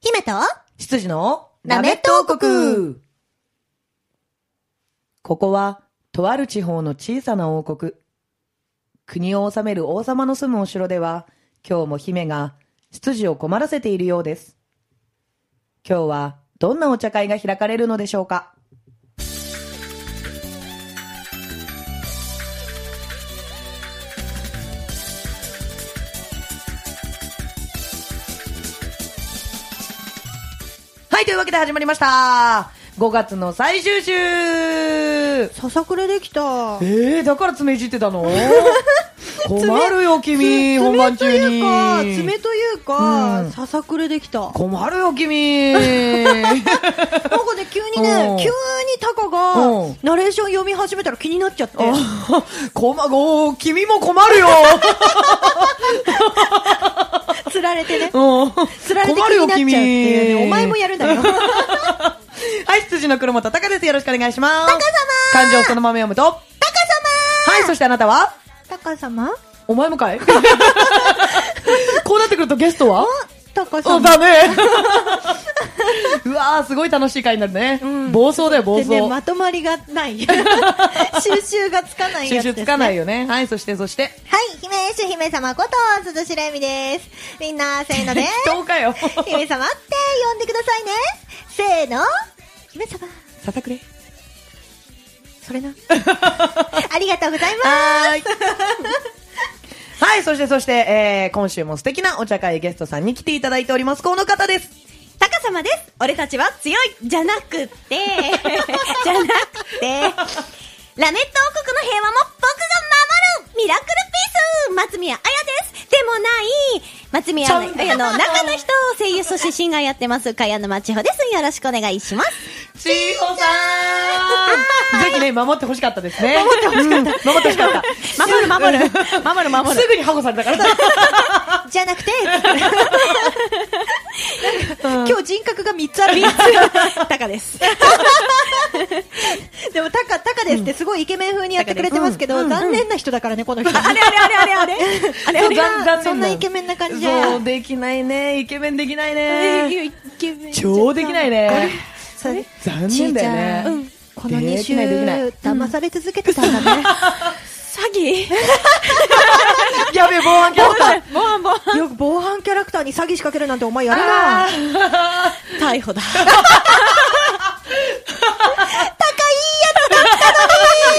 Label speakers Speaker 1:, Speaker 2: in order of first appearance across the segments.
Speaker 1: 姫と
Speaker 2: 羊の
Speaker 1: なめっと王国
Speaker 2: ここは、とある地方の小さな王国。国を治める王様の住むお城では、今日も姫が執事を困らせているようです。今日は、どんなお茶会が開かれるのでしょうかはい、というわけで始まりました。5月の最終週え
Speaker 1: ささくれできた。
Speaker 2: ー、だから爪いじって たの困るよ、君、本番中
Speaker 1: 爪とい
Speaker 2: に。
Speaker 1: うか、爪という
Speaker 2: うん
Speaker 1: か、ささくれできた。なんか
Speaker 2: 困るよ、 君。
Speaker 1: ね、急にね
Speaker 2: うん、
Speaker 1: 急にタカ
Speaker 2: う
Speaker 1: が
Speaker 2: ん、
Speaker 1: ナレーション読み始めたら気になっちゃって。
Speaker 2: 困ごう君も困 るよ。
Speaker 1: つられてね。
Speaker 2: うん
Speaker 1: つられて気になっちゃうっていうね。お前もやるんだよ。
Speaker 2: はい、羊の黒本隆です。よろしくお願いします。隆様。漢字をそのまま読むと。隆様。はい、そしてあなたは
Speaker 1: タカ様
Speaker 2: お前も かいこうなってくるとゲストは
Speaker 1: タカ
Speaker 2: そ
Speaker 1: 様
Speaker 2: う。だね。 うわー、すごい楽しい回になるね。暴走だよ、暴
Speaker 1: で
Speaker 2: 走。
Speaker 1: ね、まとまりが ない。収集がつかないや
Speaker 2: 収
Speaker 1: つです、ね。
Speaker 2: 集つかないよね。はい、そして、そして。
Speaker 3: はい、姫主姫様こと、鈴しれみです。みんな、せーので、
Speaker 2: 人かよ。
Speaker 3: 姫様って呼んでくださいね。せーの、姫様、
Speaker 2: ささくれ。
Speaker 1: それな。
Speaker 3: ありがとうございます。
Speaker 2: はーい。 はい、そして、そして、えー、今週も素敵なお茶会ゲストさんに来ていただいております。この方です。
Speaker 3: タカ様です。俺たちは強いじゃなくて、じゃなくて、ラメット王国の平和も僕が守るミラクルピース松宮彩ですでもない松宮彩の中の人を声優そしてシンガーやってます、茅野真千穂です。よろしくお願いします。
Speaker 2: ちほさん ぜひね、守ってほしかったですね。守ってほしかった。守ってほしかった。
Speaker 1: 守る守る。守る守る。
Speaker 2: すぐに保護されたから。
Speaker 3: じゃな くて、
Speaker 1: 今日人格が3つある。
Speaker 3: タカです。
Speaker 1: でも、タカ、タカですってすごいイケメン風にやってくれてますけど、残念な人だからね、この人。
Speaker 3: あれあれあれあ れあれあれあれ
Speaker 2: 残残念
Speaker 1: そんなイケメンな感じじゃ
Speaker 2: そう、できないね。イケメンできないね。
Speaker 1: イケメンじゃん
Speaker 2: 超できないね。残
Speaker 1: ち
Speaker 2: 念
Speaker 1: ーち
Speaker 2: だよ
Speaker 1: ゃ
Speaker 2: ね。
Speaker 1: ん、この2
Speaker 2: で
Speaker 1: 週
Speaker 2: きないできない
Speaker 1: 騙され続けてたん だね
Speaker 3: 詐欺
Speaker 2: やべえ、防犯キャラクター。
Speaker 3: もうも う
Speaker 1: よく防犯キャラクターに詐欺仕掛けるなんてお前やる
Speaker 2: あ
Speaker 1: な
Speaker 3: 逮捕だ。
Speaker 2: ー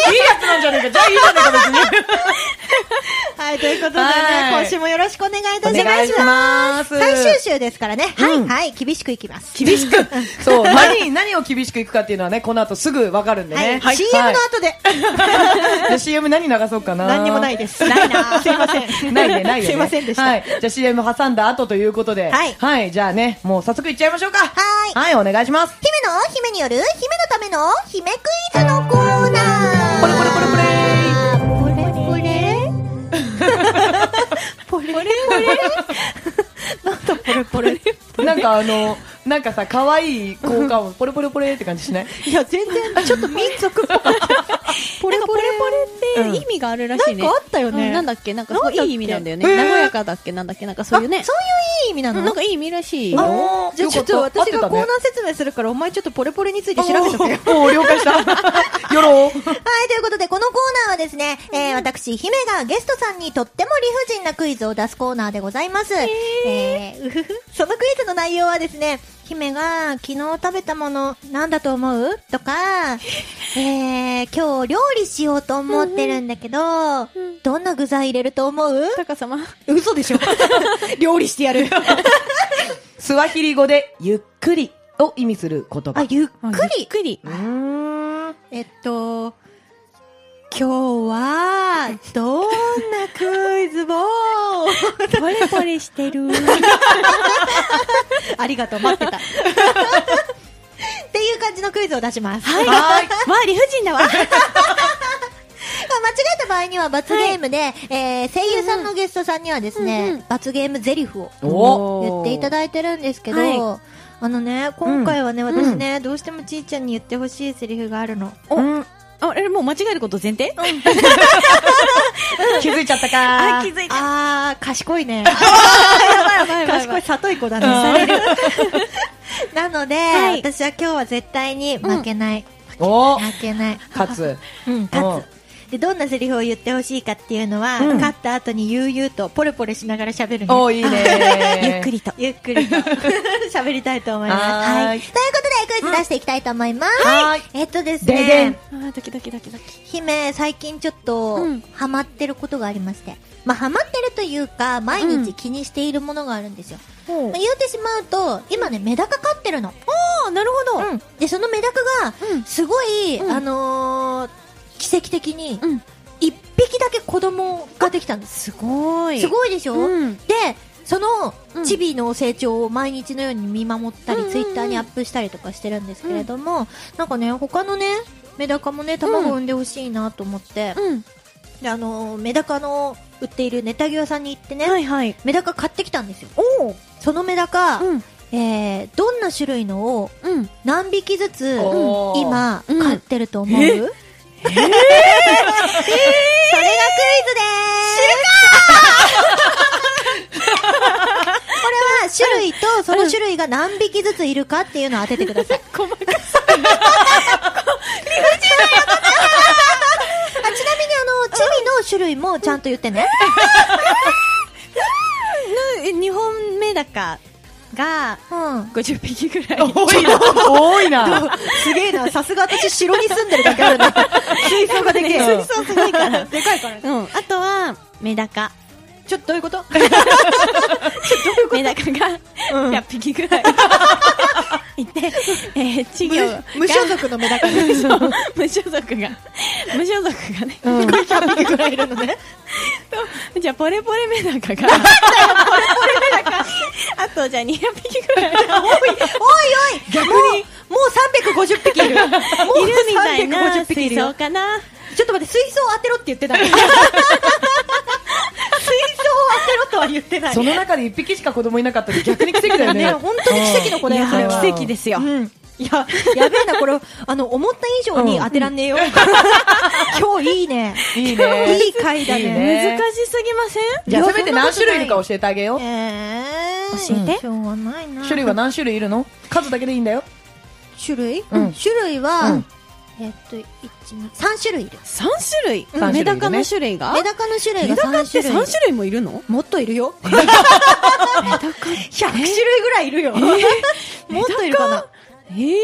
Speaker 2: いいやつなんじゃねえか。じゃあいいじゃねえか、別に。
Speaker 1: はいということでね
Speaker 2: はい
Speaker 1: 今週もよろしくお願いいた
Speaker 2: お
Speaker 1: しま
Speaker 2: 願い
Speaker 1: す
Speaker 2: します。
Speaker 3: 最終週ですからね。はい、はい、厳しくいきます。
Speaker 2: 厳しく。 そう、何、何を厳しくいくかっていうのはね、この後すぐわかるんでね。
Speaker 1: はい CM の後で
Speaker 2: 後。じゃあ CM 何流そうかな。
Speaker 1: 何にもないですないなすいません
Speaker 2: ないね、ないよね。
Speaker 1: すいませんでした
Speaker 2: はい。じゃあ CM 挟んだ後ということで。
Speaker 3: はい
Speaker 2: じゃあね、もう早速いっちゃいましょうか。
Speaker 3: はい
Speaker 2: はい、お願いします。
Speaker 3: 姫の姫による姫のための姫クイズのコーナー。
Speaker 2: ポレポレポレポレ
Speaker 3: ポレポレ
Speaker 1: ポレポレなんだポレポレ
Speaker 2: なんかあの、なんかさ、可愛い効果音、ポレポレポレって感 じしない
Speaker 1: いや全然ちょっと民族っぽ かったポレポレ
Speaker 4: ポレって意味があるらしいね。
Speaker 1: なんかあったよね
Speaker 4: うんなんだっけなんか
Speaker 1: なんだっ
Speaker 4: そ
Speaker 1: け
Speaker 4: ういい意味なんだよね。
Speaker 2: へー
Speaker 4: 和やかだっけなんだっけなんかそういうね。
Speaker 1: そういういい意味な
Speaker 4: う
Speaker 1: の
Speaker 4: んなんかいい意味らしい。
Speaker 2: あ
Speaker 1: じゃあちょっと私がコーナー
Speaker 2: っ
Speaker 1: 説明するからお前ちょっとポレポレについて
Speaker 2: て
Speaker 1: 調べとけよ
Speaker 2: よ。おー了 解した。よろー。
Speaker 3: はい、ということで、このコーナーはですね、えー、私、姫がゲストさんにとっても理不尽なクイズを出すコーナーでございます。えー、うふふ。そのクイズの内容はですね、姫が昨日食べたものなんだと思うとか、えー、今日料理しようと思ってるんだけど、どんな具材入れると思う
Speaker 4: 高様。
Speaker 1: 嘘 でしょ料理してやる
Speaker 2: スワヒリ語で、ゆっくりを意味する言
Speaker 1: あ
Speaker 2: 葉。
Speaker 1: ゆっ
Speaker 4: ゆっ
Speaker 1: くり
Speaker 4: くり。
Speaker 2: うーん。
Speaker 1: えっと、今日は、どんなクイ ズを
Speaker 4: ポレポレしてる。
Speaker 1: ありがとう、待ってた。
Speaker 3: っていう感じのクイズを出します。 はい。まあ、
Speaker 2: はーい。
Speaker 4: まあ理不尽だわ。
Speaker 3: 間違えた場合には罰ゲームで、えー、声優さんのゲストさんにはですね、
Speaker 4: うんうん
Speaker 3: 罰ゲームゼリフを
Speaker 2: お
Speaker 3: 言っていた
Speaker 2: だ
Speaker 3: だいてるんですけど、
Speaker 4: は
Speaker 3: あのね、
Speaker 1: 今回はね、私ね、どうしてもちいちゃんに言ってほしいセリフがあるの。
Speaker 2: うん。
Speaker 4: あれ、もう間違えること前提
Speaker 2: 気づいちゃったか
Speaker 4: 気づいた。
Speaker 3: あー、賢 いね。
Speaker 4: やばいやばいやばい
Speaker 3: 賢い、里い子だね。 なので、
Speaker 4: はい
Speaker 3: 私は今日は絶対に負けない。
Speaker 2: お
Speaker 3: 負けない。
Speaker 2: 勝つ。
Speaker 3: うん、勝つ。で、どんなセリフを言ってほしいかっていうのは、
Speaker 2: うん
Speaker 3: 勝った後に悠々とポレポレしながら喋るね
Speaker 2: おいいね
Speaker 4: ゆっくりと。
Speaker 3: ゆっくりと喋りたいと思います。
Speaker 2: はーい
Speaker 3: はい。ということで、クイズ出していきたいと思います。
Speaker 2: はーい
Speaker 3: えっとです
Speaker 2: でで
Speaker 3: ね
Speaker 2: ん、
Speaker 4: あー、ドキドキドキドキ。
Speaker 3: 姫、最近ちょっと
Speaker 4: うん、
Speaker 3: ハマってることがありまして。まあ、ハマってるというか、毎日気にしているものがあるんですよ。ま
Speaker 4: ほ
Speaker 3: あ、言うてしまうと、今ね、メダカ飼ってるの。
Speaker 4: あー、なるほど。
Speaker 3: うん。で、そのメダカが、
Speaker 4: うん。
Speaker 3: すごい、
Speaker 4: うん
Speaker 3: あのー奇跡的に、
Speaker 4: うん。
Speaker 3: 一匹だけ子供ができたんです。
Speaker 4: すごい。
Speaker 3: すごいでしょ、
Speaker 4: うん。
Speaker 3: で、その
Speaker 4: うん
Speaker 3: チビの成長を毎日のように見守ったり、
Speaker 4: うんうんうん
Speaker 3: ツイッターにアップしたりとかしてるんですけれども、なんかね、他のね、メダカもね、卵を産んでほしいなと思って、
Speaker 4: うん。
Speaker 3: で、あのーメダカの売っているネタギ屋さんに行ってね、
Speaker 4: はいはい。
Speaker 3: メダカ買ってきたんですよ。
Speaker 4: おー。
Speaker 3: そのメダカ、
Speaker 4: うん。
Speaker 3: えー、どんな種類のを
Speaker 4: うん。
Speaker 3: 何匹ずつ
Speaker 2: おー
Speaker 3: 今
Speaker 4: うん
Speaker 3: 飼ってると思う、えそれがクイズでーすこれは種類とその種類が何匹ずついるかっていうのを当ててくだ さい。
Speaker 4: 細
Speaker 3: あ
Speaker 4: か
Speaker 3: ちなみにあの、チビの種類もちゃんと言ってね。
Speaker 4: い。日本メダカが
Speaker 3: うん。
Speaker 4: 50匹ぐらい。
Speaker 2: 多いな。多いな。
Speaker 3: すげえな。さすが私城に住んでるだけあるな。 水槽がでけえ。
Speaker 2: 水
Speaker 3: 槽すごいから。 でかいから。
Speaker 4: うん。あとは、メダカ。
Speaker 3: ちょっとどういうこと
Speaker 4: メダカが100匹ぐら いいて、えー、稚魚が
Speaker 3: 無無所属のメダカね。
Speaker 4: そう無所属が無所属がね、
Speaker 3: 100匹ぐらいいるの ね。
Speaker 4: とじゃあポレポレメダ カがあとじゃあ200匹ぐら
Speaker 3: お
Speaker 4: い
Speaker 3: いおい逆にもうもう350匹いるもう
Speaker 4: いるみたいな
Speaker 3: 350匹い
Speaker 4: 水
Speaker 3: るよ
Speaker 4: 槽かな
Speaker 3: ちょっと待って水槽当てろって言ってない水槽当てろとは言ってない
Speaker 2: その中で一匹しか子供いなかったら逆に奇跡だよ
Speaker 3: ね
Speaker 2: ね。
Speaker 3: 本当に奇跡の子だ
Speaker 4: い
Speaker 3: よ
Speaker 4: や
Speaker 3: それは
Speaker 4: ー奇跡ですよ、
Speaker 3: うんいややべえなこれあの思った以上に当てらんねえよ 今日いいね
Speaker 2: いいね
Speaker 3: いい回だ
Speaker 2: いい
Speaker 3: ね
Speaker 2: ね
Speaker 4: 難しすぎません
Speaker 2: じゃあせめて何種類いるか教えてあげよう。
Speaker 3: え
Speaker 4: 教えて
Speaker 3: しょうがないな
Speaker 2: 種類は何種類いるの数だけでいいんだよ。
Speaker 3: 種類
Speaker 2: うん
Speaker 3: 種類
Speaker 2: う
Speaker 3: は
Speaker 2: ん
Speaker 3: えっと1 2 3種類いる
Speaker 4: 3種類
Speaker 2: うん
Speaker 4: メダカの種類が
Speaker 3: メダカの種類が
Speaker 4: メダカっ
Speaker 3: 3
Speaker 4: て
Speaker 3: 種類
Speaker 4: 3種類もいるの
Speaker 3: もっといる よ。100種類ぐらいいるよ。もっといるかな。
Speaker 4: えー、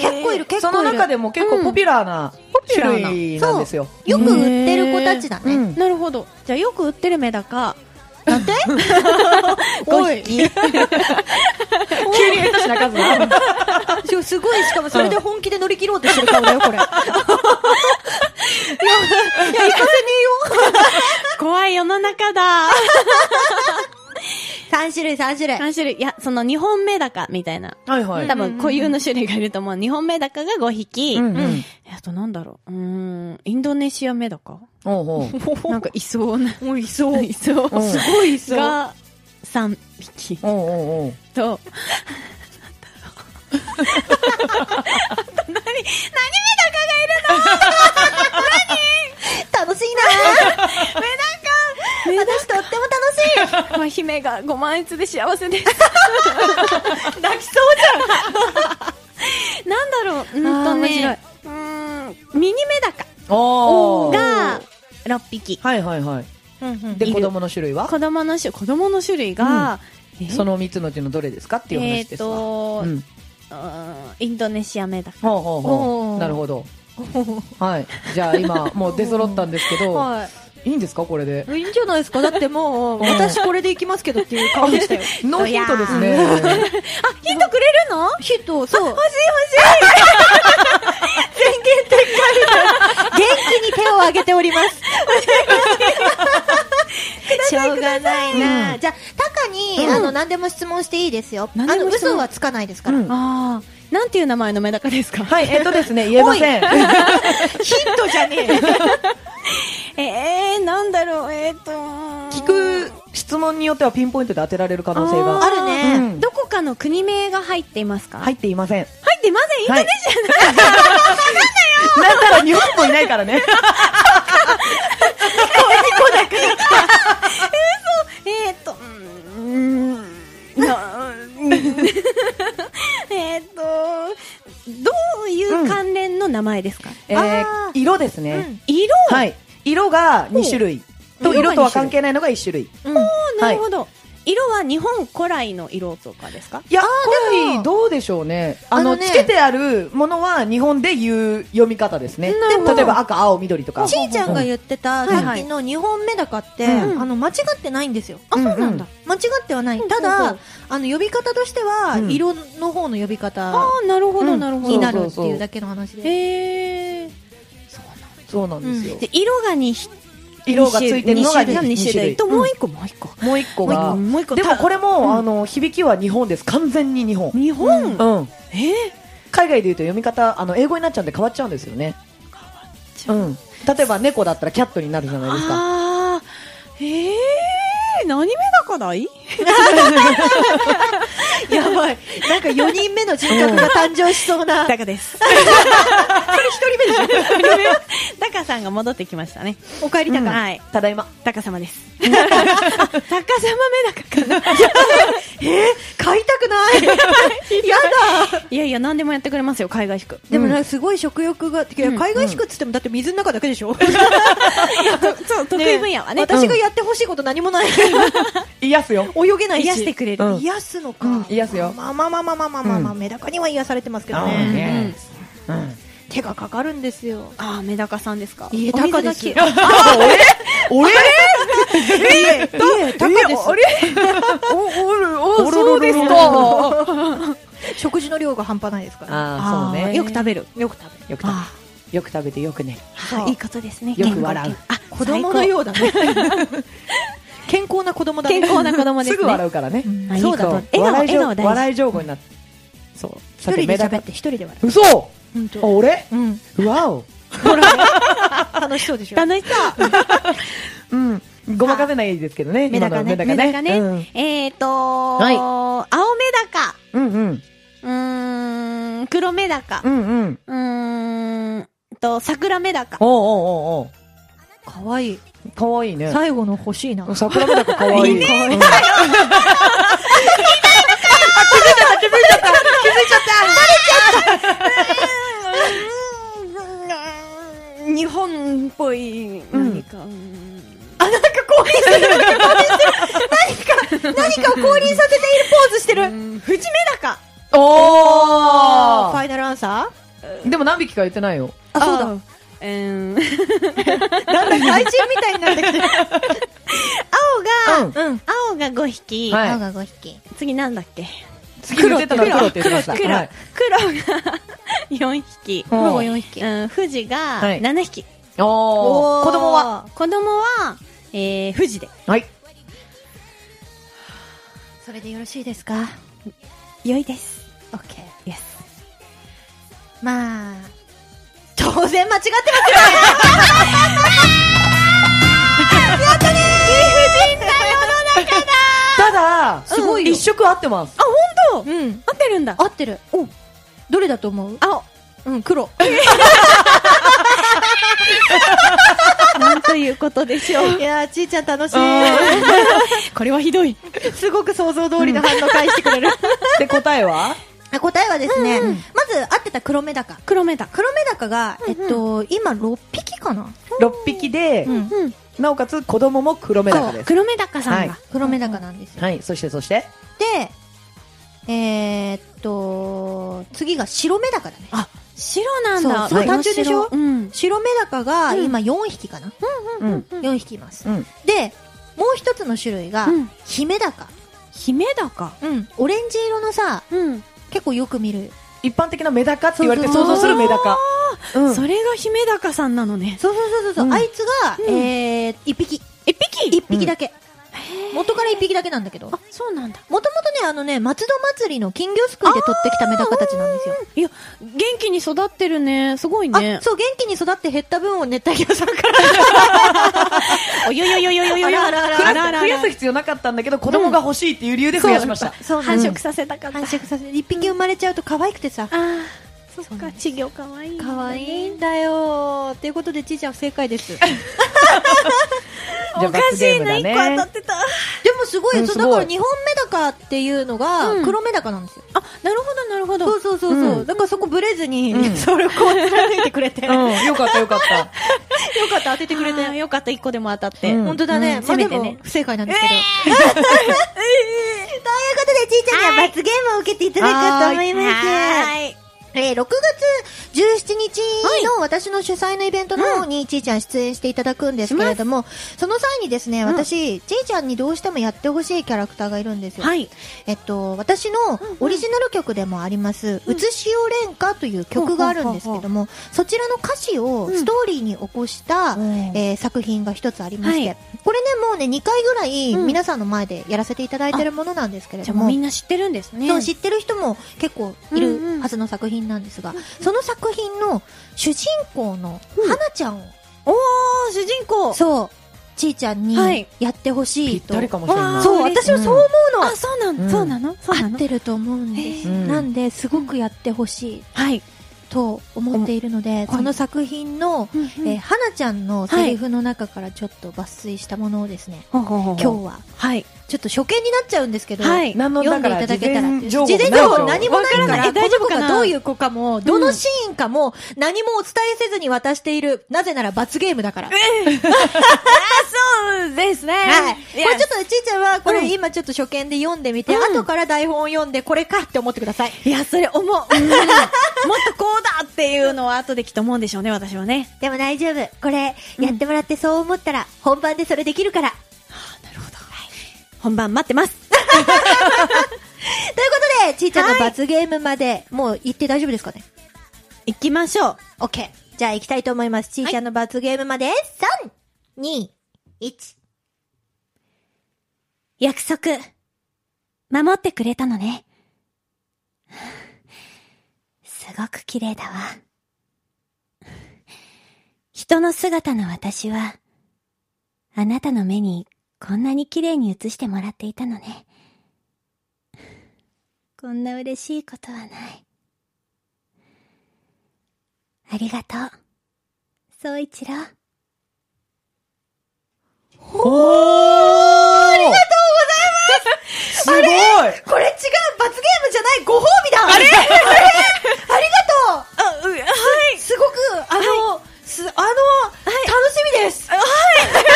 Speaker 3: 結構いる、結構いる。
Speaker 2: その中でも結構ポピュラーな
Speaker 4: ピュラーな
Speaker 2: 種類なんですよ。
Speaker 3: よく売ってる子たちだ
Speaker 2: う
Speaker 3: ね。
Speaker 2: ん。
Speaker 4: なるほどじゃあよく売ってるメダカ
Speaker 3: なんて ?5 匹。
Speaker 2: 急に下手しな数だ。
Speaker 3: そうすごい、しかもそれで本気で乗り切ろうとしてる顔だよ、これ。いや、いや、行かせね
Speaker 4: 怖い世の中だ
Speaker 3: えよ。3種類、3種類。
Speaker 4: 3種類。いや、その日本メダカみたいな。
Speaker 2: はいは
Speaker 4: 多
Speaker 2: い。
Speaker 4: 分固有の種類がいると思う。日本メダカが5匹。
Speaker 2: うんう
Speaker 3: うんん。
Speaker 4: あとなんだろう。うーん、インドネシアメダカ
Speaker 2: おうおう。
Speaker 4: なんかいそうな。
Speaker 3: もういそう
Speaker 4: いそう。
Speaker 2: うん
Speaker 3: すごいいそう。
Speaker 4: が3匹
Speaker 2: おうおうおう。
Speaker 4: と。
Speaker 3: 楽しいなメダカ私とっても楽しい
Speaker 4: まあ、姫が5万円で幸せです。
Speaker 3: 泣きそうじ
Speaker 4: なんだろう。うんとね。うーん、ミニメダカ
Speaker 2: おー
Speaker 4: が6匹。
Speaker 2: はいはいはい。
Speaker 3: ゃん。
Speaker 2: で、
Speaker 4: いる
Speaker 2: 子供の種類は
Speaker 4: 子供の種、子供の種類が、え
Speaker 2: その三つのうちのどれですかっていう
Speaker 4: え
Speaker 2: 話
Speaker 4: っ
Speaker 2: ですわ。
Speaker 4: と
Speaker 2: う、ん。
Speaker 4: うーんインドネシアメダカ。
Speaker 2: ほうほうほ
Speaker 3: お
Speaker 2: う。
Speaker 3: ー
Speaker 2: なるほ ど。はい。じゃあ今、もう出揃ったんですけど、
Speaker 3: はい
Speaker 2: いんですかこれで。
Speaker 3: い。いいんじゃないですかだってもう、私これでいきますけどっていう顔でしたよ。
Speaker 2: ノーヒントですね。
Speaker 4: ヒントくれるの
Speaker 3: ヒント、そう。元
Speaker 4: 全
Speaker 3: 気に手を挙げております。 しょうがないな。じゃあ、タカに、あの、何でも質問していいですよ。あ
Speaker 4: 何で
Speaker 3: の、
Speaker 4: も質問
Speaker 3: 嘘はつかないですから。
Speaker 2: う
Speaker 3: ヒ
Speaker 2: ん
Speaker 4: ああ、なんていう名前のメダカですか
Speaker 2: はい、えっとですね、言え ませ
Speaker 3: ン
Speaker 2: ん。
Speaker 3: トじゃねえ。
Speaker 4: えー、なんだろう、えーっと、聞
Speaker 2: 聞く質問によってはピンポイントで当てられる可能性
Speaker 4: あ
Speaker 2: が
Speaker 3: あるね。
Speaker 2: うん
Speaker 4: どこかの国名が入っていますか
Speaker 2: 入っていません。
Speaker 4: 入っってません、インドネシアの、
Speaker 2: なんなら日本もいないからね。
Speaker 4: えーっと、うーん、なう ーんえーっと、どういう関連の名前ですか、
Speaker 2: えー色ですね。
Speaker 4: 色、
Speaker 2: はい。色が2種類。と、
Speaker 4: 色が
Speaker 2: 色とは
Speaker 4: 二種
Speaker 2: 関
Speaker 4: 類
Speaker 2: 係ないのが1種類。
Speaker 4: おーなるほど、色は日本古来の色とかですか
Speaker 2: いや、
Speaker 3: でも
Speaker 2: 古来どうでしょうね。あ
Speaker 3: あの
Speaker 2: の、
Speaker 3: ね
Speaker 2: つけてあるものは日本で言う読み方ですね。
Speaker 4: なるほど
Speaker 2: 例えば赤、青、緑とか。
Speaker 3: ちーちゃんが言ってた、
Speaker 2: うん
Speaker 3: さっきの2本目だかって、
Speaker 2: うん
Speaker 3: あの、間違ってないんですよ。
Speaker 2: あそうなんだ
Speaker 3: 間違ってはない。
Speaker 4: うん
Speaker 3: た
Speaker 4: う
Speaker 3: だ
Speaker 4: ん、
Speaker 3: あの、呼び方としては、
Speaker 2: うん
Speaker 3: 色の方の呼び方
Speaker 4: ああ、なるほど、
Speaker 2: うん
Speaker 4: なるほ
Speaker 3: に
Speaker 4: ど。
Speaker 3: なる
Speaker 2: そう
Speaker 3: って
Speaker 2: そう
Speaker 3: い
Speaker 2: そう
Speaker 3: うだけの話で。
Speaker 4: へえ。
Speaker 2: そうなんですよ。
Speaker 4: で色がにひ
Speaker 2: 色がついてるのが
Speaker 4: 二種類
Speaker 2: 二
Speaker 4: 二種
Speaker 2: 種類
Speaker 4: 類ともう一個もう一個
Speaker 2: もう一個が。
Speaker 4: もう一個
Speaker 2: でもこれも、
Speaker 4: うん
Speaker 2: あの、響きは日本です。完全に日本。
Speaker 4: 日本
Speaker 2: うん。
Speaker 4: えー
Speaker 2: 海外で言うと読み方、あの、英語になっちゃうんで変わっちゃうんですよね。
Speaker 4: ゃう
Speaker 2: うん。例えば猫だったらキャットになるじゃないですか。
Speaker 4: ああええ何目高だい
Speaker 3: やばい。なんか4人目の人格が誕生しそうな。
Speaker 4: タカです これ一人目でしょ タカさんが戻ってきましたね
Speaker 3: お帰り
Speaker 4: う
Speaker 3: た
Speaker 4: ん
Speaker 3: か。
Speaker 4: はい
Speaker 2: ただいま。
Speaker 4: タカ様です あタカ様目高かな
Speaker 3: 買いたくないやだ
Speaker 4: いやいや何でもやってくれますよ海外宿
Speaker 3: でもなんかすごい食欲が、てか
Speaker 4: うん
Speaker 3: 海外しくっつってもだって水の中だけでしょ
Speaker 4: そう得意分野はね
Speaker 3: 私がやってほしいこと何もない。
Speaker 2: 癒すよ。
Speaker 3: 泳げないし。
Speaker 4: 癒してくれる
Speaker 2: うん
Speaker 3: 癒すの
Speaker 2: うん
Speaker 3: か。
Speaker 2: 癒すよ
Speaker 3: まあまあまあまあまあまあまあまあ、
Speaker 2: う
Speaker 3: メダカには癒されてますけど
Speaker 2: あー
Speaker 3: ね。
Speaker 2: ねうん。
Speaker 3: 手がかかるんですよ。
Speaker 4: ああメダカさんですか
Speaker 3: いえ
Speaker 4: お水
Speaker 3: タ
Speaker 4: が
Speaker 3: カです
Speaker 4: き
Speaker 2: あ、俺俺
Speaker 3: ええ、高です。
Speaker 2: おそうですか。
Speaker 3: 食事の量が半端ないですから。
Speaker 2: あー、そうね。
Speaker 4: よく食べる
Speaker 3: よく食べる。
Speaker 2: よく食
Speaker 4: あ
Speaker 2: べよく食べてよく寝る。
Speaker 3: そう
Speaker 4: あいいことですね
Speaker 2: よく笑う
Speaker 4: 健康健康
Speaker 3: 子供
Speaker 4: あ
Speaker 3: のようだね。健康な子供だね。
Speaker 4: 健康な子供ですね
Speaker 2: すぐ笑うからね。
Speaker 4: あいい
Speaker 2: そ
Speaker 4: こ
Speaker 2: う
Speaker 4: と
Speaker 2: だ
Speaker 4: 笑顔
Speaker 2: 笑い
Speaker 4: 笑
Speaker 2: 上
Speaker 4: 顔大事
Speaker 2: 笑い上手になって。そう。
Speaker 3: 一人で喋って、一人で笑
Speaker 2: 嘘
Speaker 3: う。本
Speaker 2: あ
Speaker 3: 当。
Speaker 2: 俺
Speaker 3: うん。
Speaker 2: わお。
Speaker 3: ほら、 楽しそうでしょ。
Speaker 4: 楽しそう
Speaker 2: うん。ごまかせないですけどね。
Speaker 4: メダカね。
Speaker 2: 今の
Speaker 4: メ
Speaker 2: メ
Speaker 4: ダ
Speaker 2: ダ
Speaker 4: カ
Speaker 2: カ
Speaker 4: ね。
Speaker 2: ね。
Speaker 4: えっ、ー、とー、
Speaker 2: はい
Speaker 4: 青メダカ。
Speaker 2: うんうんうん。
Speaker 4: うーん、黒メダカ
Speaker 2: う。んうん。
Speaker 4: うーん、と、桜メダカ。
Speaker 2: おうおうおう
Speaker 3: かわいい。
Speaker 2: おう。かわいいね。
Speaker 3: 最後の欲しいな。
Speaker 2: 桜メダカかわいい。うん
Speaker 4: 日本っぽい、何か。
Speaker 3: 何かを降臨させているポーズしてる。
Speaker 4: 富士メダカ。
Speaker 2: お
Speaker 3: ファイナルアンサー
Speaker 2: ーでも何匹か言ってないよ。
Speaker 3: あ、そうだ。
Speaker 4: うーん、
Speaker 3: だんだん怪人みたいになってきてる。
Speaker 2: う
Speaker 4: 青
Speaker 2: ん
Speaker 4: が、
Speaker 3: うん。
Speaker 4: 青が5匹。
Speaker 2: はい
Speaker 3: 青が5匹。
Speaker 4: 次なんだっけ
Speaker 2: 次言ってたのは黒って言ってました。
Speaker 4: 黒、
Speaker 2: はい
Speaker 4: 黒が4匹。
Speaker 2: うん
Speaker 3: 黒が4匹。
Speaker 4: うん、富士が
Speaker 2: はい
Speaker 4: 7匹。
Speaker 2: おー。子供は
Speaker 4: 子供は、えー、富士で。
Speaker 2: はい。
Speaker 3: それでよろしいですか
Speaker 4: 良いです。
Speaker 3: オッケー
Speaker 4: イエス。
Speaker 3: まあ、当然間違ってますよ
Speaker 2: ただ、すごいよ。一色合ってます。
Speaker 4: あ、本当
Speaker 3: うん。
Speaker 4: 合ってるんだ。
Speaker 3: 合ってる。おどれだと思う
Speaker 4: 青。
Speaker 3: うん、黒。
Speaker 4: なん ということ でしょう。
Speaker 3: いやー、ちーちゃん楽しい。
Speaker 4: これはひどい。
Speaker 3: すごく想像通りの反応返してくれる。
Speaker 2: で、答えは
Speaker 3: あ答えはですね、まず合ってた黒メダカ。
Speaker 4: 黒目だ。
Speaker 3: 黒メダカが、えっと、今6匹かな
Speaker 2: ?6 匹で、
Speaker 3: うん
Speaker 4: うん。
Speaker 2: なおかつ子供も黒目だからです。
Speaker 4: 黒目高さんが
Speaker 2: は。
Speaker 3: 黒メダカなんですよ。
Speaker 2: はい、そしてそして。
Speaker 3: で、えーっと、次が白メダカだね。
Speaker 4: あ、白なんだ。
Speaker 3: そう
Speaker 2: すごい
Speaker 4: はい
Speaker 3: 単純でしょ
Speaker 4: うん。
Speaker 3: 白メダカが今4匹かな、
Speaker 2: うん。
Speaker 3: ?4 匹います。
Speaker 2: うん。
Speaker 3: で、もう一つの種類が
Speaker 4: うん、
Speaker 3: ヒメダカ。
Speaker 4: 姫高。
Speaker 3: うん。オレンジ色のさ、
Speaker 4: うん。
Speaker 3: 結構よく見る。
Speaker 2: 一般的なメダカって言われて
Speaker 3: そうそう
Speaker 2: 想像するメダカ。うん
Speaker 4: それが姫高さんなのね。
Speaker 3: そうそうそうそう。
Speaker 2: う
Speaker 3: うんあいつが、
Speaker 4: うん
Speaker 3: えー、1匹。
Speaker 4: 一匹
Speaker 3: 1匹だけ。元から1匹だけなんだけど。も
Speaker 4: あ、そうなんだ。
Speaker 3: ともとね、あのね、松戸祭りの金魚すくいで取ってきたメダカたちなんですよ。
Speaker 4: いや、元気に育ってるね。すごい
Speaker 3: あ、
Speaker 4: ね。
Speaker 3: そう、元気に育って減った分を熱帯魚さんから。
Speaker 4: およよよよよよよ。
Speaker 3: あらあらあら
Speaker 2: 黒や増やす必要なかったんだけど、子供が欲しいっていう理由で増やしました。
Speaker 3: そう
Speaker 4: 繁殖させたかった。
Speaker 3: 繁殖させて一匹生まれちゃうと可愛くてさ
Speaker 4: ああ、そっか、稚魚かわいい。
Speaker 3: 可愛いんだよということでちいちゃん不正解です で
Speaker 2: じゃ
Speaker 4: お
Speaker 2: あ
Speaker 4: か
Speaker 2: 罰
Speaker 4: し
Speaker 2: ゲー
Speaker 4: い
Speaker 2: ム
Speaker 4: な、
Speaker 2: だ
Speaker 4: 一
Speaker 2: ね
Speaker 4: 個当たってた。
Speaker 3: もすごい、
Speaker 2: うん
Speaker 3: そう
Speaker 2: すごい
Speaker 3: だから日本メダカっていうのが
Speaker 4: うん
Speaker 3: 黒メダカなんですよ、
Speaker 4: あ、なるほど、なるほど。
Speaker 3: そうそうそうそう、
Speaker 2: うん
Speaker 3: だからそこぶれずに、
Speaker 2: う ん
Speaker 3: それをこう貫いてくれて、 よ
Speaker 2: うん、よかったよかった。
Speaker 3: かった当ててくれ
Speaker 4: あー
Speaker 3: て
Speaker 4: よかった、一個でも当たって。
Speaker 2: うん
Speaker 3: 本当だね、
Speaker 4: うん
Speaker 3: まあ
Speaker 4: せ
Speaker 3: で
Speaker 4: めてね
Speaker 3: も不正解なんですけど、 ということでちいちゃんには罰ゲームを受けていただこうと思います
Speaker 4: はい。
Speaker 3: えー6月17日の私の主催のイベントの方にちいちゃん出演していただくんですけれども、その際にですね、私、ちいちゃんにどうしてもやってほしいキャラクターがいるんですよ。
Speaker 4: はい。
Speaker 3: えっと、私のオリジナル曲でもあります、うつしおれんかという曲があるんですけども、そちらの歌詞をストーリーに起こした、
Speaker 2: ん
Speaker 3: えー作品が一つありまして、
Speaker 4: はい
Speaker 3: これね、もうね、2回ぐらい
Speaker 4: うん
Speaker 3: 皆さんの前でやらせていただいてるものなんですけれ
Speaker 4: じ
Speaker 3: ど
Speaker 4: ゃあもう
Speaker 3: も
Speaker 4: み、んな知ってるんですね。
Speaker 3: そう知ってる人も結構い
Speaker 4: うんう
Speaker 3: る
Speaker 4: ん
Speaker 3: はずの作品なんですが、その作品の主人公の花ちゃんを、
Speaker 4: おー、主人公。
Speaker 3: そう、ちいちゃんに
Speaker 4: はい
Speaker 3: やってほし
Speaker 2: ぴ
Speaker 3: い
Speaker 2: っ
Speaker 3: と。
Speaker 2: たりかもしれ
Speaker 4: わ
Speaker 2: な
Speaker 4: あ
Speaker 2: い。
Speaker 3: そう、
Speaker 4: 嬉しい
Speaker 3: 私はそう思うの。
Speaker 4: あ、そうな
Speaker 2: うん
Speaker 4: のそうなのそうな
Speaker 3: 合っ
Speaker 4: の
Speaker 3: てると思うんです。
Speaker 2: へー
Speaker 3: なんで、すごくやってほしい
Speaker 4: はい。
Speaker 3: と思っているので、その作品の、えー、花ちゃんのセリフの中からちょっと抜粋したものをですね、
Speaker 4: ほうほうほう
Speaker 3: 今日は、
Speaker 4: はい。
Speaker 3: ちょっと初見になっちゃうんですけど、
Speaker 4: はい
Speaker 2: 何の
Speaker 3: 読
Speaker 2: だ
Speaker 3: んでい
Speaker 2: から
Speaker 3: ただ
Speaker 2: 事
Speaker 3: けたら。
Speaker 2: 前情報
Speaker 3: 事前情報何もないから、
Speaker 4: わからな
Speaker 3: この子
Speaker 4: い大丈夫か
Speaker 3: が
Speaker 4: な
Speaker 3: どういう子かも、どのシーンかも、何もお伝えせずに渡している。なぜなら罰ゲームだから。はい。
Speaker 4: そうですね。
Speaker 3: これちょっとねちいちゃんは、こ
Speaker 4: うん
Speaker 3: れ今ちょっと初見で読んでみて、
Speaker 4: うん
Speaker 3: 後から台本を読んで、これかって思ってください。
Speaker 4: いや、それ 思う。うんもっとこうだっていうのは後できっと思うんでしょうね、私はね。
Speaker 3: でも大丈夫。これ、やってもらってそう思ったら、本番でそれできるから。
Speaker 4: 本番待ってます。
Speaker 3: ということで、ちいちゃんの罰ゲームまで、もう行って大丈夫ですかね
Speaker 4: 行きましょう。
Speaker 3: オッケー。じゃあ行きたいと思います。ちいちゃんの罰ゲームまで、3、2、1。
Speaker 4: 約束、守ってくれたのね。すごく綺麗だわ。人の姿の私は、あなたの目にこんなに綺麗に映してもらっていたのね。 こんな嬉しいことはない。ありがとう。総一郎。
Speaker 2: ありがとうございますすごい
Speaker 3: これ違う罰ゲームじゃないご褒美だ あれありがと
Speaker 4: あ、うん、はい。
Speaker 3: うすごく、あの、す、あの、楽しみです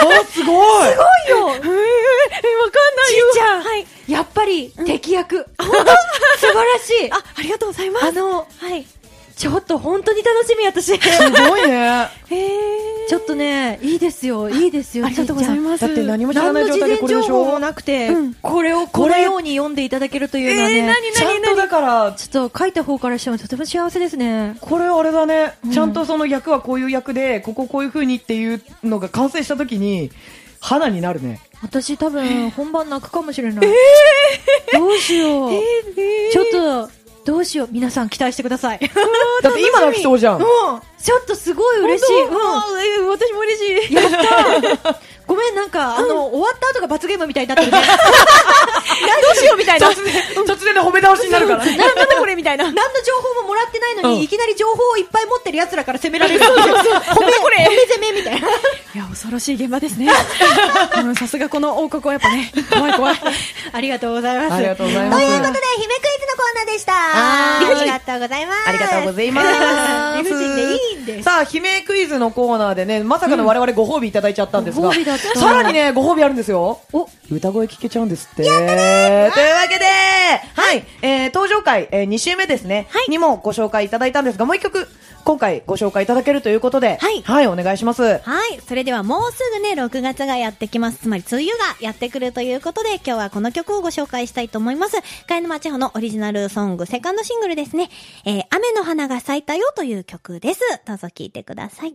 Speaker 2: おすごい
Speaker 4: え、わかんないよ。ちいちゃん。はい。
Speaker 3: やっぱり、敵役。本当 素晴らしい
Speaker 4: あ、ありがとうございます。
Speaker 3: あの、
Speaker 4: はい。
Speaker 3: ちょっと本当に楽しみ、私。ち
Speaker 2: すごいね
Speaker 4: へえ。
Speaker 3: ょっとね、いいですよ、いいですよ。
Speaker 4: ありがとうございます。
Speaker 2: だって何も知ら
Speaker 3: 何
Speaker 2: な
Speaker 3: の
Speaker 2: い状
Speaker 3: 事
Speaker 2: 態で
Speaker 3: 前
Speaker 2: これ
Speaker 3: 情
Speaker 2: でしょ
Speaker 3: 報もなくて、
Speaker 4: うん
Speaker 3: これをこのように読んでいただけるというのはね、
Speaker 4: えー何
Speaker 2: ちゃんとだから
Speaker 3: ちょっと書いた方からしてもとても幸せですね。
Speaker 2: これあれだね、ちゃんとその役はこういう役でこここういう風にっていうのが完成した時に花になるね
Speaker 3: 私多分本番泣くかもしれない。どうしよう。ちょっと、どうしよう。皆さん期待してください。うん。
Speaker 2: だって今泣きそうじゃん
Speaker 3: ちょっとすごい嬉しい。うん。
Speaker 4: い。うん。私も嬉 しい。
Speaker 3: ごめん、なんか、あの、終わった後が罰ゲームみたいになってる ね。
Speaker 4: どうしようみたいな。
Speaker 2: 突然突然の褒め倒しになるからね
Speaker 4: なんだこれみたいな。なんだ
Speaker 3: 何の情報ももらってないの
Speaker 2: うん
Speaker 3: に、いきなり情報をいっぱい持ってる奴らから責められる。褒め、
Speaker 4: こ
Speaker 3: 褒
Speaker 4: れ
Speaker 3: め攻めみた いな。
Speaker 4: いや、恐ろしい現場 ですね。うんさすがこの王国はやっぱね、怖い怖い。 ありがとうございま
Speaker 2: ありがとうございま
Speaker 3: と
Speaker 2: す
Speaker 3: いうことで、姫クイズのコーナーでした。ありがとうございます。
Speaker 2: ありがとうございま
Speaker 3: 理
Speaker 2: す。
Speaker 3: 不尽でいいんです。
Speaker 2: さあ、悲鳴クイズのコーナーでね、まさかの我々ご褒美いただいちゃったんです
Speaker 3: ご
Speaker 2: が、
Speaker 3: 褒美だった
Speaker 2: さらにね、ご褒美あるんですよ。
Speaker 3: お
Speaker 2: 歌声聞けちゃうんですって。というわけで、はい、えー、登場回、え2週目ですね、にもご紹介いただいたんですが、もう一曲、今回ご紹介いただけるということで、
Speaker 4: はい
Speaker 2: お願いします。
Speaker 4: はい。それではもうすぐね、6月がやってきます。つまり、梅雨がやってくるということで、今日はこの曲をご紹介したいと思います。貝沼千穂のオリジナルソング、セカンドシングルですね。えー、雨の花が咲いたよという曲です。どうぞ聴いてください。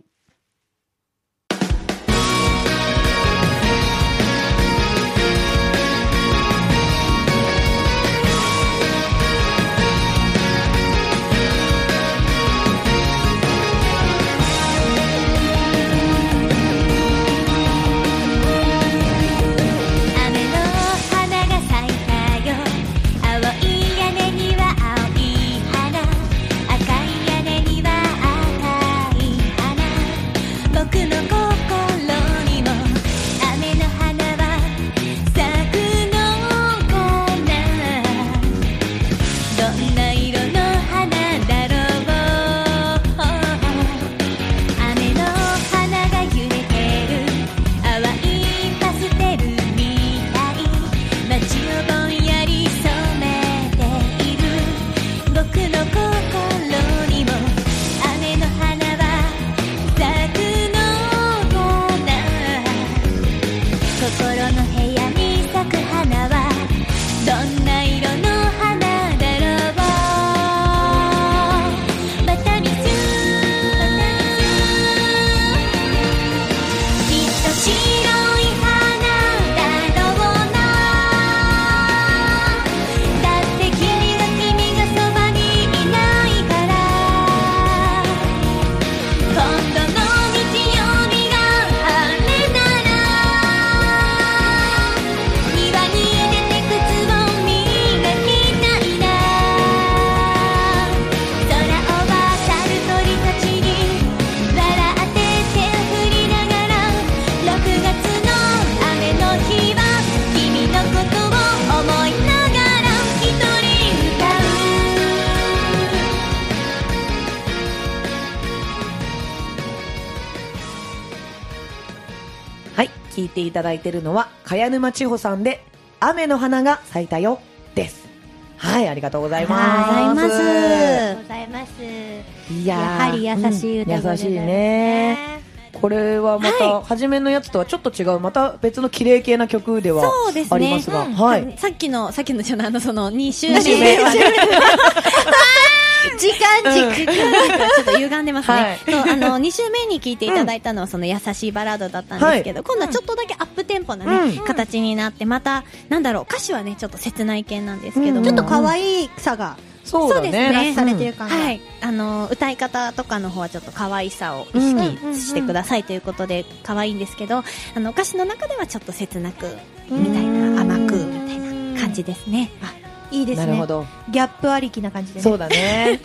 Speaker 5: 「雨の花が咲いたよ」
Speaker 2: 聴いていただいてるのは、茅沼千穂さんで、雨の花が咲いたよ、です。はい、ありがとうございます。
Speaker 4: ありがとうございます
Speaker 3: ございます。
Speaker 2: い
Speaker 3: や
Speaker 2: や
Speaker 3: は
Speaker 2: ー
Speaker 3: り優しい歌
Speaker 2: うん
Speaker 3: 声で
Speaker 2: 優しいね。これはまた、初めのやつとはちょっと違う、また別の綺麗系な曲では
Speaker 4: そうですね
Speaker 2: ありますが、
Speaker 3: うん
Speaker 2: はい。
Speaker 4: さっきの、さっきの、あの、その、2周
Speaker 3: 二周
Speaker 4: 年
Speaker 3: 年
Speaker 4: は、
Speaker 3: 時間軸。
Speaker 4: ちょっと歪んでますね。
Speaker 2: はい
Speaker 4: そうあの、2週目に聞いていただいたのは、その優しいバラードだったんですけど、今度はちょっとだけアップテンポなね、
Speaker 3: うん
Speaker 4: 形になって、また、なんだろう、歌詞はね、ちょっと切ない系なんですけども、
Speaker 2: うん
Speaker 3: ちょっと可愛いさが
Speaker 2: そうだね。
Speaker 4: そうですね
Speaker 3: されてる感じ。
Speaker 4: はい。あの、歌い方とかの方はちょっと可愛さを意識してくださいということで、可愛いんですけど、あの、歌詞の中ではちょっと切なく、みたいな、甘く、みたいな感じですね。
Speaker 3: いいです
Speaker 2: なる
Speaker 3: ね
Speaker 2: ほ。ど。
Speaker 3: ギャップありきな感じでね。
Speaker 2: そうだね。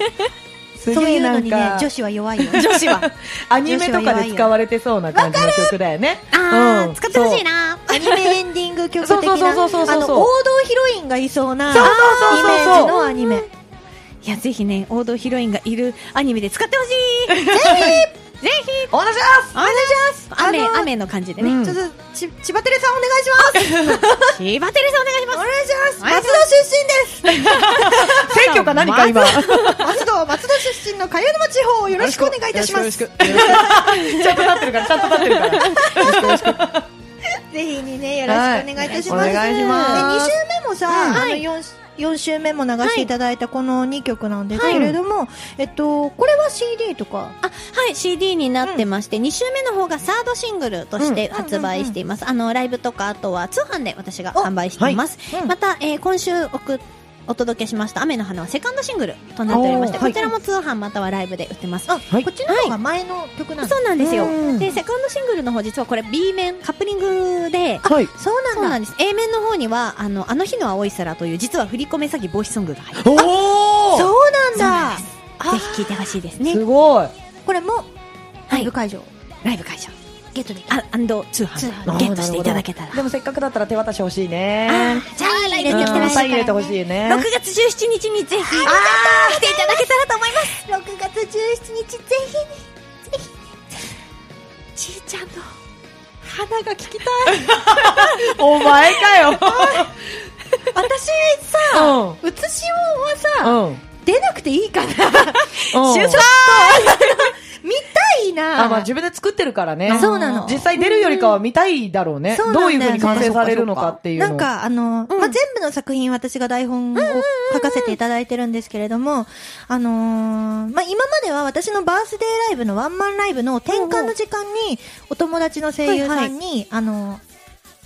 Speaker 2: す
Speaker 3: そう
Speaker 2: げ
Speaker 3: い
Speaker 2: え
Speaker 3: う
Speaker 2: な
Speaker 3: の
Speaker 2: ん
Speaker 3: にね
Speaker 2: か、、
Speaker 3: 女子は弱いよ。
Speaker 2: 女子は、アニメとかで使われてそうな感じの曲だよね。
Speaker 4: あー、
Speaker 2: うん
Speaker 4: 使ってほしいな
Speaker 3: アニメエンディング曲的な、あの、
Speaker 2: そうそうそうそうそうそう
Speaker 3: 王道ヒロインがいそうな、イメ
Speaker 2: そうそう
Speaker 3: ージ
Speaker 2: そうそう
Speaker 3: のアニメ。
Speaker 4: いや、ぜひね、王道ヒロインがいるアニメで使ってほしいぜひぜひ
Speaker 2: お願いし
Speaker 4: お願いします雨、
Speaker 3: あの
Speaker 4: 雨の感じで
Speaker 2: う
Speaker 4: ね。
Speaker 2: ん
Speaker 3: ちょっと、ち、千葉テレさんお願いします
Speaker 4: 千葉テレさんお願いしま
Speaker 3: お
Speaker 4: す
Speaker 3: 願いします
Speaker 4: お願いします
Speaker 3: 松戸出身です
Speaker 2: ます選挙か何か今。
Speaker 3: 松戸、松戸出身の茅沼地方をよろしくお願いいたしますぜ
Speaker 2: よろしくよろしくちゃんと立ってるから、ちゃんと立ってるから。
Speaker 3: ひにね、よろしくお願いいたします。
Speaker 2: はいお願いします
Speaker 3: で、2週目もさ、
Speaker 2: うん
Speaker 3: あの、4、四週目も流していただいたこの2曲なんですけれども、えっと、これは CD とか、
Speaker 4: あ、はい、CD になってまして、2週目の方がサードシングルとして発売しています。あの、ライブとか、あとは通販で私が販売しています。
Speaker 2: はいうん
Speaker 4: また、えー今週送っお届けしました雨の花はセカンドシングルとなっておりまして、
Speaker 2: おーはい
Speaker 4: こちらも通販またはライブで売ってます。
Speaker 3: あ、
Speaker 2: はい
Speaker 3: こっちの方が前の曲なんだ
Speaker 4: そうなんですよ
Speaker 2: う。ん
Speaker 4: で、セカンドシングルの方実はこれ B 面、カップリングで、
Speaker 2: はい。
Speaker 3: そうなんだ。
Speaker 4: そうなんです。A 面の方には、あの、あの日の青い空という、実は振り込め詐欺防止ソングが入って
Speaker 2: おー
Speaker 3: そうなんだ
Speaker 4: ます。ぜひ聴いてほしいですね
Speaker 2: す。ごい。
Speaker 3: これも、ラ
Speaker 4: は
Speaker 3: イブ
Speaker 4: い。
Speaker 3: 会場、
Speaker 4: ライブ会場。
Speaker 3: ゲットできる。
Speaker 4: あ、アンド通
Speaker 3: 通
Speaker 4: 販。
Speaker 3: 販
Speaker 4: ゲットしていただけたら
Speaker 2: で。もせっかくだったら手渡し欲しい
Speaker 4: あ
Speaker 2: ね。
Speaker 4: じゃあ入れ
Speaker 2: う
Speaker 4: て
Speaker 2: ん
Speaker 4: きてほし
Speaker 2: サイン
Speaker 4: い
Speaker 2: 入れて
Speaker 4: か
Speaker 2: ほしいね
Speaker 4: ら。6。月17日にぜひ、ああ来ていただけたらと思います。
Speaker 3: 6月17日、ぜひね、ぜひ、ちいちゃんの花が聞きたい。
Speaker 2: お前かよ。
Speaker 3: 私
Speaker 2: う
Speaker 3: さ、
Speaker 2: ん。
Speaker 3: うつし音はさ、
Speaker 2: うん。
Speaker 3: 出なくていいかな。
Speaker 2: 終
Speaker 3: 就職 見たいな。
Speaker 2: あ、まあ自分で作ってるからね。
Speaker 3: そうなの
Speaker 2: 実際出るよりかは見たいだろうね。
Speaker 3: そうなんだ
Speaker 2: ど
Speaker 3: よ
Speaker 2: うい
Speaker 3: ね
Speaker 2: う風に完成されるのかっていうの
Speaker 3: なんか、あの、まあ、全部の作品私が台本を書かせていただいてるんですけれども、あのーまあ、今までは私のバースデーライブのワンマンライブの転換の時間に、お友達の声優さんに、あのー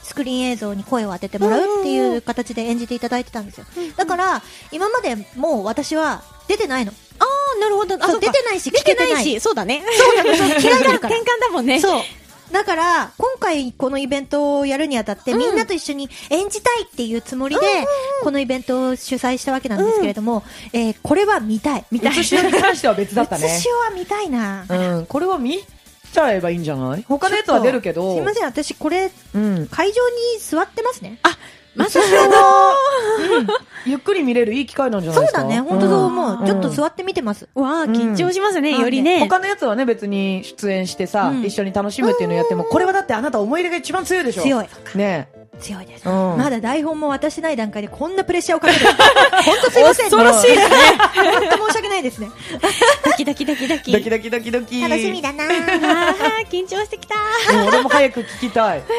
Speaker 3: スクリーン映像に声を当ててもらうっていう形で演じていただいてたんですよ。だから、今までもう私は出てないの。
Speaker 4: ああ、なるほど。
Speaker 3: そう出てないし、聞けてない。、
Speaker 4: そうだね。
Speaker 3: そうなの、そう 嫌いだから
Speaker 4: 転。換だもんね。
Speaker 3: そう。 だから、今回このイベントをやるにあたって、
Speaker 4: うん
Speaker 3: みんなと一緒に演じたいっていうつもりで、このイベントを主催したわけなんですけれども、えーこれは見たい。見
Speaker 2: 写真に関しては別だった
Speaker 3: 写
Speaker 2: ね。
Speaker 3: 真は見たいな。
Speaker 2: うん。これは見ちゃえばいいんじゃない他のやつは出るけど。
Speaker 3: すいません、私これ、
Speaker 2: うん。
Speaker 3: 会場に座ってますね。
Speaker 4: まさ
Speaker 2: それはゆっくり見れるいい機会なんじゃない
Speaker 3: そう
Speaker 2: ですか
Speaker 3: だね、本当そう思う。
Speaker 2: ん
Speaker 3: ちょっと座って見てます。
Speaker 4: わあ、緊張しますね、
Speaker 3: うん
Speaker 4: よりね。
Speaker 2: 他のやつはね、別に出演してさ、
Speaker 3: うん
Speaker 2: 一緒に楽しむっていうのやっても、これはだってあなた思い入れが一番強いでしょ
Speaker 3: 強い。
Speaker 2: ね
Speaker 3: 強いです。
Speaker 2: うん
Speaker 3: まだ台本も渡してない段階でこんなプレッシャーをか けてる。本当すいません。
Speaker 2: 恐ろしい
Speaker 3: ですね。本当申し訳ないですね。
Speaker 4: ドキドキドキドキ。
Speaker 2: ドキドキドキドキ。
Speaker 3: 楽しみだな
Speaker 4: ああ、緊張してきた。
Speaker 2: うん俺も早く聞きたい。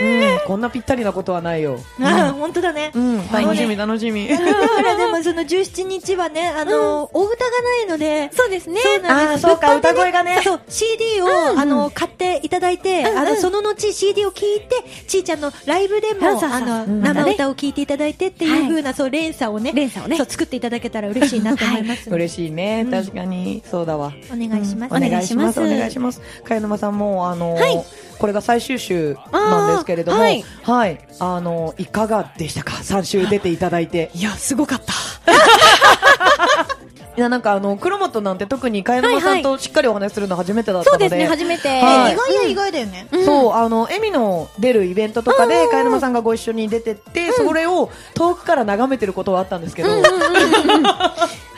Speaker 2: うん、こんなぴったりなことはないよ。
Speaker 3: あー本当だね。
Speaker 2: うん、楽しみ楽しみ。
Speaker 3: だからでもその17日はね、あの、お歌がないので、
Speaker 4: そうですね。
Speaker 3: そうなんです
Speaker 2: あーそうか
Speaker 3: 物販で
Speaker 2: 歌声がね
Speaker 3: そう CD を、
Speaker 4: うん
Speaker 3: あの買っていただいて、
Speaker 4: うん
Speaker 3: あのその後 CD を聞いてちーちゃんのライブでも
Speaker 4: そうそうそう
Speaker 3: あの、
Speaker 2: うん
Speaker 3: 生歌を聞いていただいてっていう
Speaker 4: はい
Speaker 3: 風な、そう連鎖をね
Speaker 4: 連鎖をね
Speaker 3: そう作っていただけたら嬉しいなと思います、
Speaker 2: 嬉しいね、確かに。そうだわ。
Speaker 3: お願いします、
Speaker 2: お願いします。
Speaker 4: お
Speaker 2: お
Speaker 4: 願
Speaker 2: 願
Speaker 4: い
Speaker 2: い
Speaker 4: し
Speaker 2: します。茅沼さんも、あのー
Speaker 4: はい
Speaker 2: これが最終週なんですけれども、
Speaker 4: あ
Speaker 2: は
Speaker 4: ー
Speaker 2: い、あのーいかがでしたか ?3 週出ていただいて。
Speaker 4: いや、すごかった。
Speaker 2: いや、なんかあの、黒本なんて特に茅沼さんとしっかりお話しするの初めてだったの
Speaker 4: そう
Speaker 2: で、
Speaker 4: ですね、初めて。
Speaker 2: はい
Speaker 3: 意外や意外だよね、
Speaker 2: そう、あの、エミの出るイベントとかで、かえさんがご一緒に出てって、それを遠くから眺めてることはあったんですけど、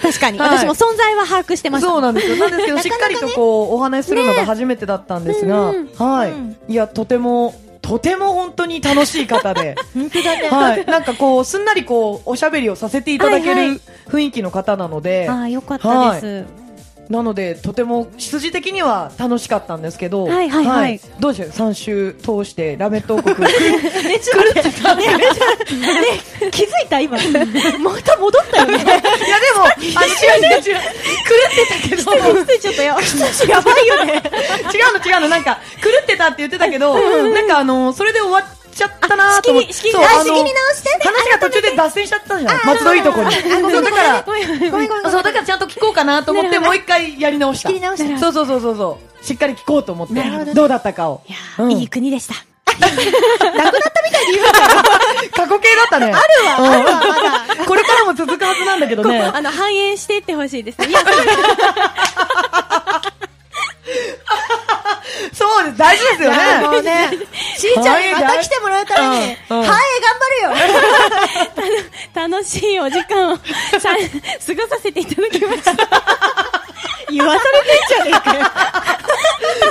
Speaker 4: 確かに、
Speaker 2: はい
Speaker 4: 私も存在は把握してました。
Speaker 2: そうなんですよ。なんです けど、しっかりとこう、お話しするのが初めてだったんですが、
Speaker 4: うん
Speaker 2: はい、
Speaker 3: うん
Speaker 2: いや、とてもとても本当に楽しい方 で、
Speaker 3: 本当だね。
Speaker 2: はい、なんかこう、すんなりこう、おしゃべりをさせていただけ
Speaker 4: はいは
Speaker 2: る雰囲気の方なので、
Speaker 4: ああ、よかったです。
Speaker 2: なので、とても羊的には楽しかったんですけど、
Speaker 4: はいはいはい
Speaker 2: どうでしょう、3週通してラメット王国狂ってたんで。いや、でも、
Speaker 4: 気づいた今。
Speaker 3: また戻ったよね。
Speaker 2: あの違う違う違う、狂ってたけど、
Speaker 4: ちょっとや、
Speaker 2: やばいよね。違うの違うの、なんか、狂ってたって言ってたけど、なんかあの、それで終わっちゃったなと思って。
Speaker 4: あ仕切り
Speaker 2: そう
Speaker 3: あ仕
Speaker 2: あの
Speaker 3: 切り直してね。
Speaker 2: 話が途中で脱線しちゃったじゃん。松戸いいとこに。そうだから、
Speaker 3: ごめんごめんごめん。
Speaker 2: そうだからちゃんと聞こうかなと思って、もう一回やり直した。
Speaker 3: 仕切り直した
Speaker 2: そうそうそうそうそう。しっかり聞こうと思って
Speaker 3: なるほど、ね
Speaker 2: どうだったかを。うん
Speaker 4: いい国でした。
Speaker 2: 過去形だったね。あるわ、これからも続くはずなんだけどね。
Speaker 4: あの、反映していってほしいですね。いや、
Speaker 2: そうです、大事ですよ
Speaker 3: もう
Speaker 2: ね。
Speaker 3: ね、しーちゃんにまた来てもらうために、
Speaker 2: うん
Speaker 3: は
Speaker 2: うん
Speaker 3: い、頑張るよ。
Speaker 4: 楽しいお時間をさ過ごさせていただきました。
Speaker 3: 言わされてんじゃねえかよ。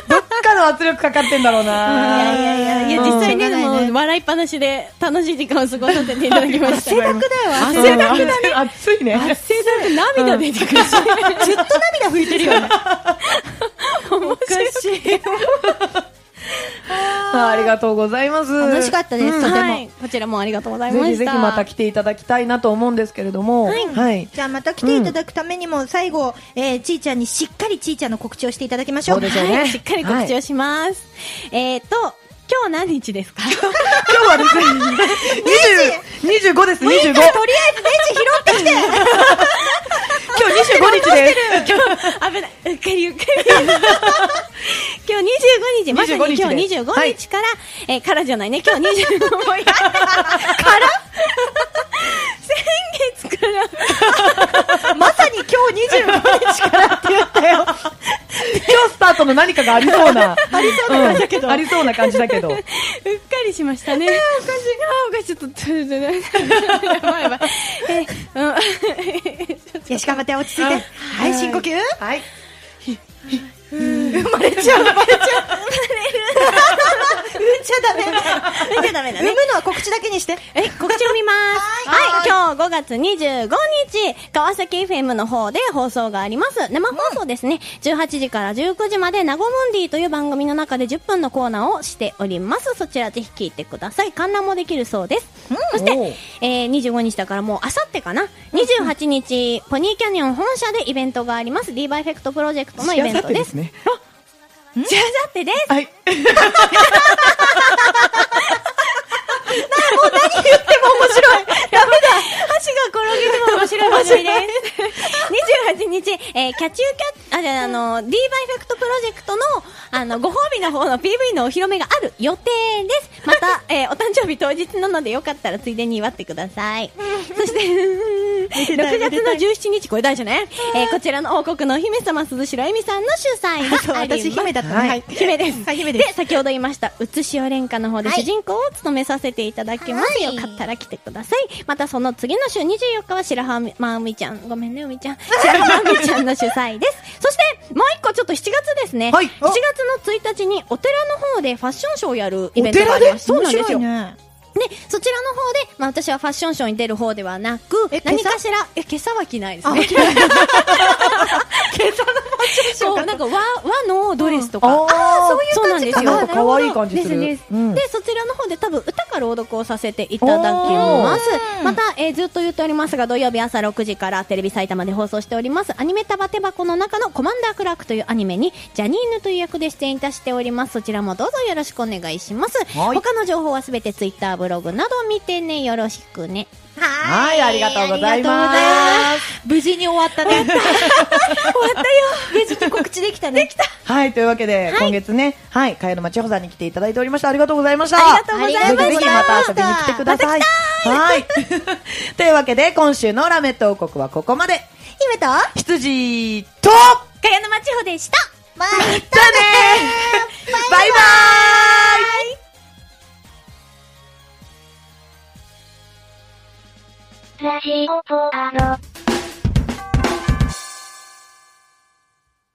Speaker 2: どっかの圧力かかってんだろうな。
Speaker 3: いやいや
Speaker 4: い
Speaker 3: い
Speaker 4: や、
Speaker 3: や、
Speaker 4: 実
Speaker 3: 実
Speaker 4: 際
Speaker 3: 際
Speaker 4: ね、
Speaker 3: ね、
Speaker 4: で
Speaker 3: で
Speaker 4: も
Speaker 3: も、
Speaker 4: 笑いっぱなしで楽しい時間を過ごさせていただきました。
Speaker 2: 汗だく
Speaker 3: だ
Speaker 2: だよ。熱いね。
Speaker 4: 汗だく涙出てくるし。
Speaker 3: ずっと涙拭いてるよね。
Speaker 4: おかしい。
Speaker 2: ありがとうございます。
Speaker 3: 楽しかったです、とて
Speaker 4: は
Speaker 3: も。
Speaker 4: い。こちらもありがとうございま
Speaker 2: ぜ
Speaker 4: した。
Speaker 2: ひぜひまた来ていただきたいなと思うんですけれども、はい。
Speaker 3: じゃあまた来ていただくためにも、最後、えーちーちゃんにしっかりちーちゃんの告知をしていただきましょう。
Speaker 2: そうですよね
Speaker 4: はい、しっかり告知をします。えっと、今日何日ですか
Speaker 2: 今日はですね、20 25で
Speaker 3: とりあえ
Speaker 2: す、25。今日
Speaker 3: ず電池拾ってきて
Speaker 2: 25日です。
Speaker 4: 危ない。うっかりうっかり。今日25日、まさに今
Speaker 2: 25日
Speaker 4: 日
Speaker 2: で
Speaker 4: 25日から、えーからじゃないね、今日25もや から先月から、
Speaker 3: まさに今日25
Speaker 2: 今日スタートの何かがありそうな。ありそう
Speaker 4: な感じだけど
Speaker 2: ありそうな感じだけど。
Speaker 4: うっかりしましたね。あーおかしい。あーおかしい。ちょっと、やばいやばい。 えー、うん。
Speaker 3: よし、頑張って、落ち着いて。はい、深呼吸。
Speaker 2: はい。
Speaker 3: 生まれちゃう、生まれちゃう。生まれる。産んち ゃダメ。
Speaker 4: なんかダメだ
Speaker 3: 産
Speaker 4: ね。
Speaker 3: むのは告知だけにして。
Speaker 4: え、告知を見ます。は。
Speaker 3: はい
Speaker 4: 今日5月25日、川崎 FM の方で放送があります。生放送ですね。18時から19時まで、ナゴモンディという番組の中で10分のコーナーをしております。そちらぜひ聞いてください。観覧もできるそうです。そして
Speaker 2: おう、
Speaker 4: えー25日だからもうあさってかな。28日、ポニーキャニオン本社でイベントがあります。ディーバイフェクトプロジェクトのイベントです。
Speaker 2: ね。
Speaker 4: じゃあさってです。
Speaker 2: はい。
Speaker 4: 箸が転げても面白い番組 です。28日、えーキャチューキャッ、あ、じゃあ、あの、D バイフェクトプロジェクトの、あの、ご褒美の方の PV のお披露目がある予定 です。また、えーお誕生日当日なのでよかったらついでに祝ってください。そして、6月の17日、これ大事ね。えーこちらの王国のお姫様鈴代恵美さんの主 催があります。
Speaker 3: 私、姫だったね。はい。
Speaker 4: 姫です。
Speaker 3: はい、姫
Speaker 4: で
Speaker 3: で、す。
Speaker 4: 先ほど言いました、うつしおれんかの方で
Speaker 3: はい
Speaker 4: 主人公を務めさせていただきます。
Speaker 3: はい
Speaker 4: よかったら来てください。またその次の週24日は白浜まおみちゃん、ごめんね、おみちゃん。白浜みちゃんの主催です。 そして、もう一個ちょっと7月ですね。
Speaker 2: はい
Speaker 4: 7月の1日にお寺の方でファッションショーをやるイベントがあります。そうなんですよ。
Speaker 3: 面
Speaker 4: で、
Speaker 3: 白いね
Speaker 4: そちらの方で、まあ私はファッションショーに出る方ではなく
Speaker 3: え、
Speaker 4: 何かしら、え、今朝は着ないですね。 そう、なんか和、和のドレスとか。
Speaker 2: ああ、そうい
Speaker 4: そうなんですよ。
Speaker 2: なんか可愛い感じする。
Speaker 4: ですです
Speaker 2: うん
Speaker 4: で、そちらの方で多分歌か朗読をさせていただきます。また、えーずっと言っておりますが、土曜日朝6時からテレビ埼玉で放送しております、アニメタバテバコの中のコマンダークラークというアニメに、ジャニーヌという役で出演いたしております。そちらもどうぞよろしくお願いします。
Speaker 2: はい
Speaker 4: 他の情報はすべてツイッター、ブログなど見てね、よろしくね。
Speaker 2: は
Speaker 3: はい
Speaker 2: ありがとうございます
Speaker 3: ありがとうございます。無事に終わった ね。終わったよ。無事に告知できたね。できた。
Speaker 2: はい、というわけで、今月ね、はい、かやのまちほさんに来ていただいておりました。ありがとうございました。
Speaker 4: ありがとうございました
Speaker 2: ぜひぜひまた遊びに来てください。はい。 というわけで、今週のラメット王国はここまで。
Speaker 3: 姫と、ま
Speaker 2: 羊と、
Speaker 4: かやのまちほでした。
Speaker 3: あ、
Speaker 2: だねバイバーイ
Speaker 5: ラジオポアド。